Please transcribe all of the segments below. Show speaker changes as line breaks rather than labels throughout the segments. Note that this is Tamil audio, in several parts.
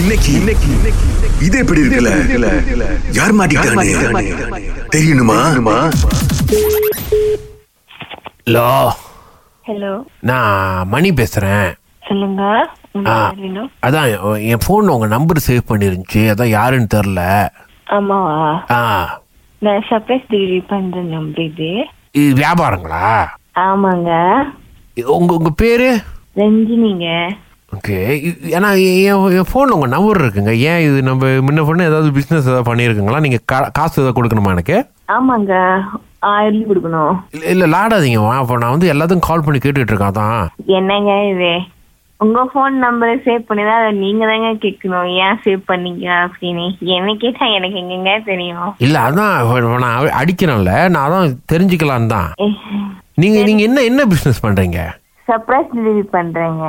இன்னைக்கு இன்னைக்கு இது எப்படி இருக்குல்ல யார் மாட்டிக்கிட்டானே தெரியணுமா
ஹலோ
ஹலோ
நான் மணி பேசுகிறேன்
சொல்லுங்க
ஆ
உங்களுக்கு யார் வேணும்
அதான் என் ஃபோனில் உங்கள் நம்பர் சேவ் பண்ணிருந்துச்சு அதான் யாருன்னு தெரில
ஆமாவா
ஆ
நான் சர்ப்ரைஸ் டெலிவரி பண்ற நம்பர் இது
இது வியாபாரங்களா
ஆமாங்க
உங்கள் உங்கள் பேர்
ரஞ்சினிங்க
ஓகே ஏன்னா என் என் ஃபோனில் உங்கள் நம்பர் இருக்குங்க ஏன் இது நம்ம முன்ன பண்ண ஏதாவது பிஸ்னஸ் ஏதாவது பண்ணியிருக்குங்களா நீங்கள் கா காசு ஏதாவது கொடுக்கணுமா எனக்கு
ஆமாங்க ஆயிரம் கொடுக்கணும்
இல்லை இல்லை லாடாதீங்கம்மா அப்போ நான் வந்து எல்லாத்தையும் கால் பண்ணி கேட்டுட்டு இருக்கேன் அதான்
என்னங்க இது உங்க ஃபோன் நம்பரை சேவ் பண்ணி தான் அதை நீங்க தாங்க கேட்கணும் ஏன் சேவ் பண்ணீங்க அப்படின்னு என்ன கேட்டா எனக்கு எங்கங்க தெரியும்
இல்லை அதான் இப்ப- இப்ப நான் அடிக்கிறேன்ல நான் அதான் தெரிஞ்சுக்கலாம் தான் நீங்கள் நீங்கள் என்ன என்ன பிஸ்னஸ் பண்ணுறீங்க
சர்ப்ரைஸ் டெலிவரி பண்றேங்க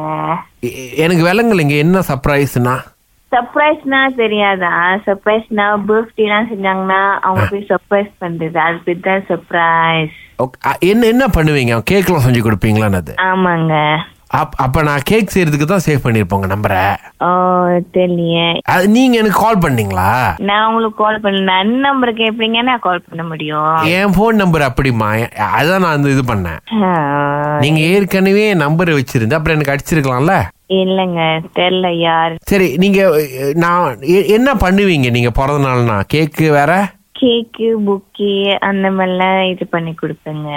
எனக்கு விளங்கலைங்க என்ன சர்ப்ரைஸ்னா
சர்ப்ரைஸ்னா தெரியாதா சர்ப்ரைஸ்னா பர்த்டேலாம் செஞ்சாங்கன்னா அவங்க போய் சர்ப்ரைஸ் பண்றது அது பேர் தான் சர்ப்ரைஸ்
ஓகே அ, என்ன என்ன பண்ணுவீங்க கேக்லாம் செஞ்சு கொடுப்பீங்களான்னு அது
ஆமாங்க
அப் அப்போ நான் கேக் செய்யறதுக்கு தான் சேவ் பண்ணியிருப்போங்க நம்பரை
ஓ தெரியலையே
அது நீங்கள் எனக்கு கால் பண்ணீங்களா
நான் உங்களுக்கு கால் பண்ணல அன் நம்பருக்கு எப்படிங்க நான் கால் பண்ண முடியும்
என் ஃபோன் நம்பர் அப்படிமா எ- அதான் நான் வந்து இது பண்ணேன்
ஆ,
நீங்கள் ஏற்கனவே நம்பர் வச்சிருந்தா அப்புறம் எனக்கு அடிச்சிருக்கலாம்ல
இல்லைங்க தெரியல யார்
சரி நீங்கள் நான் எ- என்ன பண்ணுவீங்க நீங்கள் பிறந்த நாள்னா கேக்கு வேற
கேக்கு புக்கி அந்த மாதிரிலாம் இது பண்ணி கொடுப்பேங்க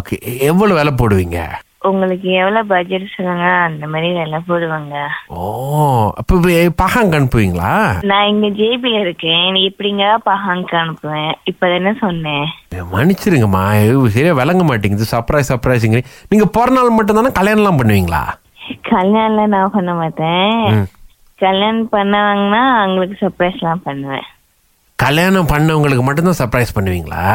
ஓகே எவ்வளோ விலை போடுவீங்க
உங்களுக்கு எவ்வளவு பட்ஜெட் சொல்லுங்க அந்த மாதிரி எல்லாம் போடுவாங்க
ஓ அப்போ பகாங்க அனுப்புவீங்களா
நான் இங்க ஜேபில இருக்கேன் நீ எப்படிங்க பஹாங்க்கு அனுப்புவேன் இப்பதானே சொன்னேன்
மன்னிச்சிருங்கம்மா ஐயோ, சரியா விளங்க மாட்டேங்குது சர்ப்ரைஸ் சர்ப்ரைஸுங்க நீங்க பிறந்த நாள் மட்டும் தானே கல்யாணம்லாம் பண்ணுவீங்களா
கல்யாணம்லாம் நான் பண்ண மாட்டேன்
ம்.
கல்யாணம் பண்ணாங்கன்னா அவங்களுக்கு சர்ப்ரைஸ்லாம் பண்ணுவேன்
கல்யாணம் பண்ணவங்களுக்கு மட்டும்தான் சர்ப்ரைஸ் பண்ணுவீங்களா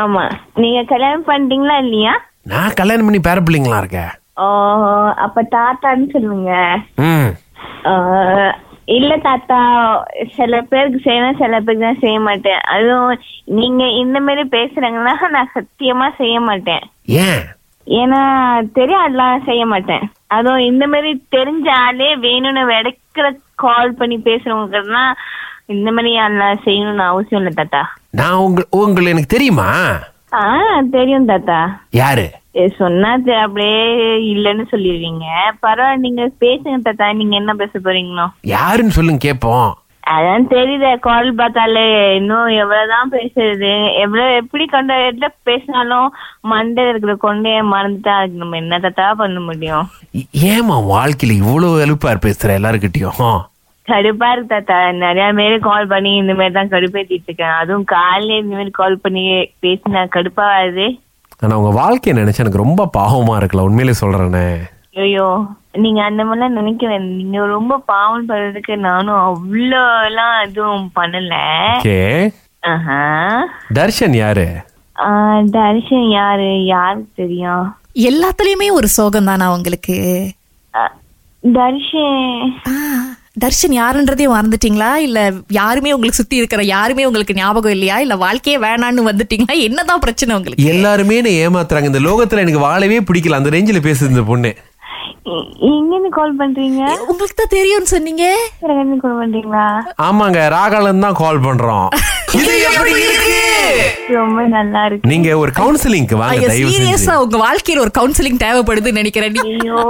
ஆமா நீங்க கல்யாணம் பண்ணிட்டீங்களா இல்லையா
நான் கல்யாணம் பண்ணி பேர பிள்ளைங்களா இருக்கேன்
ஓ அப்ப தாத்தான்னு சொல்லுங்க
ம்
ஆ, இல்ல தாத்தா சில பேருக்கு செய்வேன் சில பேருக்கு தான் செய்ய மாட்டேன் அதுவும் நீங்க இந்த மாதிரி பேசுறாங்கன்னா நான் சத்தியமா செய்ய மாட்டேன்
ஏன்
ஏன்னா தெரியாதுலாம் செய்ய மாட்டேன் அதுவும் இந்த மாதிரி தெரிஞ்ச ஆளே வேணும்னு வெடக்கிற கால் பண்ணி பேசுறவங்கன்னா இந்த மாதிரி ஆள்லாம் செய்யணும்னு அவசியம் இல்லை தாத்தா
நான் உங்க உங்களுக்கு எனக்கு தெரியுமா
ஆ தெரியும் தாத்தா
யாரு
ஏ, சொன்னா தெ- அப்படியே இல்லைன்னு சொல்லிடுவீங்க பரவாயில்ல நீங்க பேசுங்க தாத்தா நீங்க என்ன பேச போறீங்களோ
யாருன்னு சொல்லுங்க கேட்போம்
அதான் தெரியுதே கால் பார்த்தாலே இன்னும் எவ்வளவுதான் பேசுறது எவ்வளவு எப்படி கொண்ட எதுல பேசினாலும் மண்டை இருக்கிற கொண்டே மறந்துட்டா அதுக்கு நம்ம என்ன தாத்தா பண்ண முடியும்
ஏ- ஏம்மா வாழ்க்கையில இவ்வளோ வெளுப்பார் பேசுற எல்லாருக்கிட்டையும்
கடுப்பா இருக்கு தாத்தா நிறைய மாரி கால் பண்ணி இந்த மாதிரி தான் கடுப்பேத்திட்டு இருக்கேன் அதுவும் காலையில இந்த மாதிரி கால் பண்ணி பேசினா கடுப்பா வருது
ஆனா உங்க வாழ்க்கையை நினைச்சா எனக்கு ரொம்ப பாவமா இருக்கல உண்மையிலே சொல்றேனே
ஐயோ நீங்க அந்த மாதிரிலாம் நினைக்கிறேன் நீங்க ரொம்ப பாவம் பண்றதுக்கு நானும் அவ்வளோ எல்லாம் எதுவும் பண்ணல
ஓகே
ஆஹா
தர்ஷன் யாரு
ஆஹ் தரிசன் யாரு யாருக்கு தெரியும்
எல்லாத்துலயுமே ஒரு சோகம் தானா உங்களுக்கு
அஹ், தரிசன்
ஆ, தர்ஷன் யாருன்றதையும் மறந்துட்டீங்களா இல்ல யாருமே உங்களுக்கு சுத்தி இருக்கிற யாருமே உங்களுக்கு ஞாபகம் இல்லையா இல்ல வாழ்க்கையே வேணான்னு வந்துட்டீங்களா என்னதான் பிரச்சனை உங்களுக்கு
எல்லாருமே என்னை ஏமாத்துறாங்க இந்த லோகத்துல எனக்கு வாழவே பிடிக்கல அந்த ரேஞ்சில் பேசுது இந்த பொண்ணு
எ- எங்கிருந்து கால் பண்றீங்க
உங்களுக்கு தான் தெரியும்னு சொன்னீங்க
எங்கிருந்து கால் பண்றீங்களா
ஆமாங்க ராகாலன் தான் கால் பண்றோம் இது எப்படி இருக்கு
ரொம்ப நல்லா இருக்கு
நீங்க ஒரு கவுன்சிலிங்க்கு வாங்க
ஐயா
தயவு செஞ்சு
சீரியஸா உங்க வாழ்க்கையில ஒரு கவுன்சிலிங் தேவைப்படுதுன்னு நினைக்கிறேன்
ஐயோ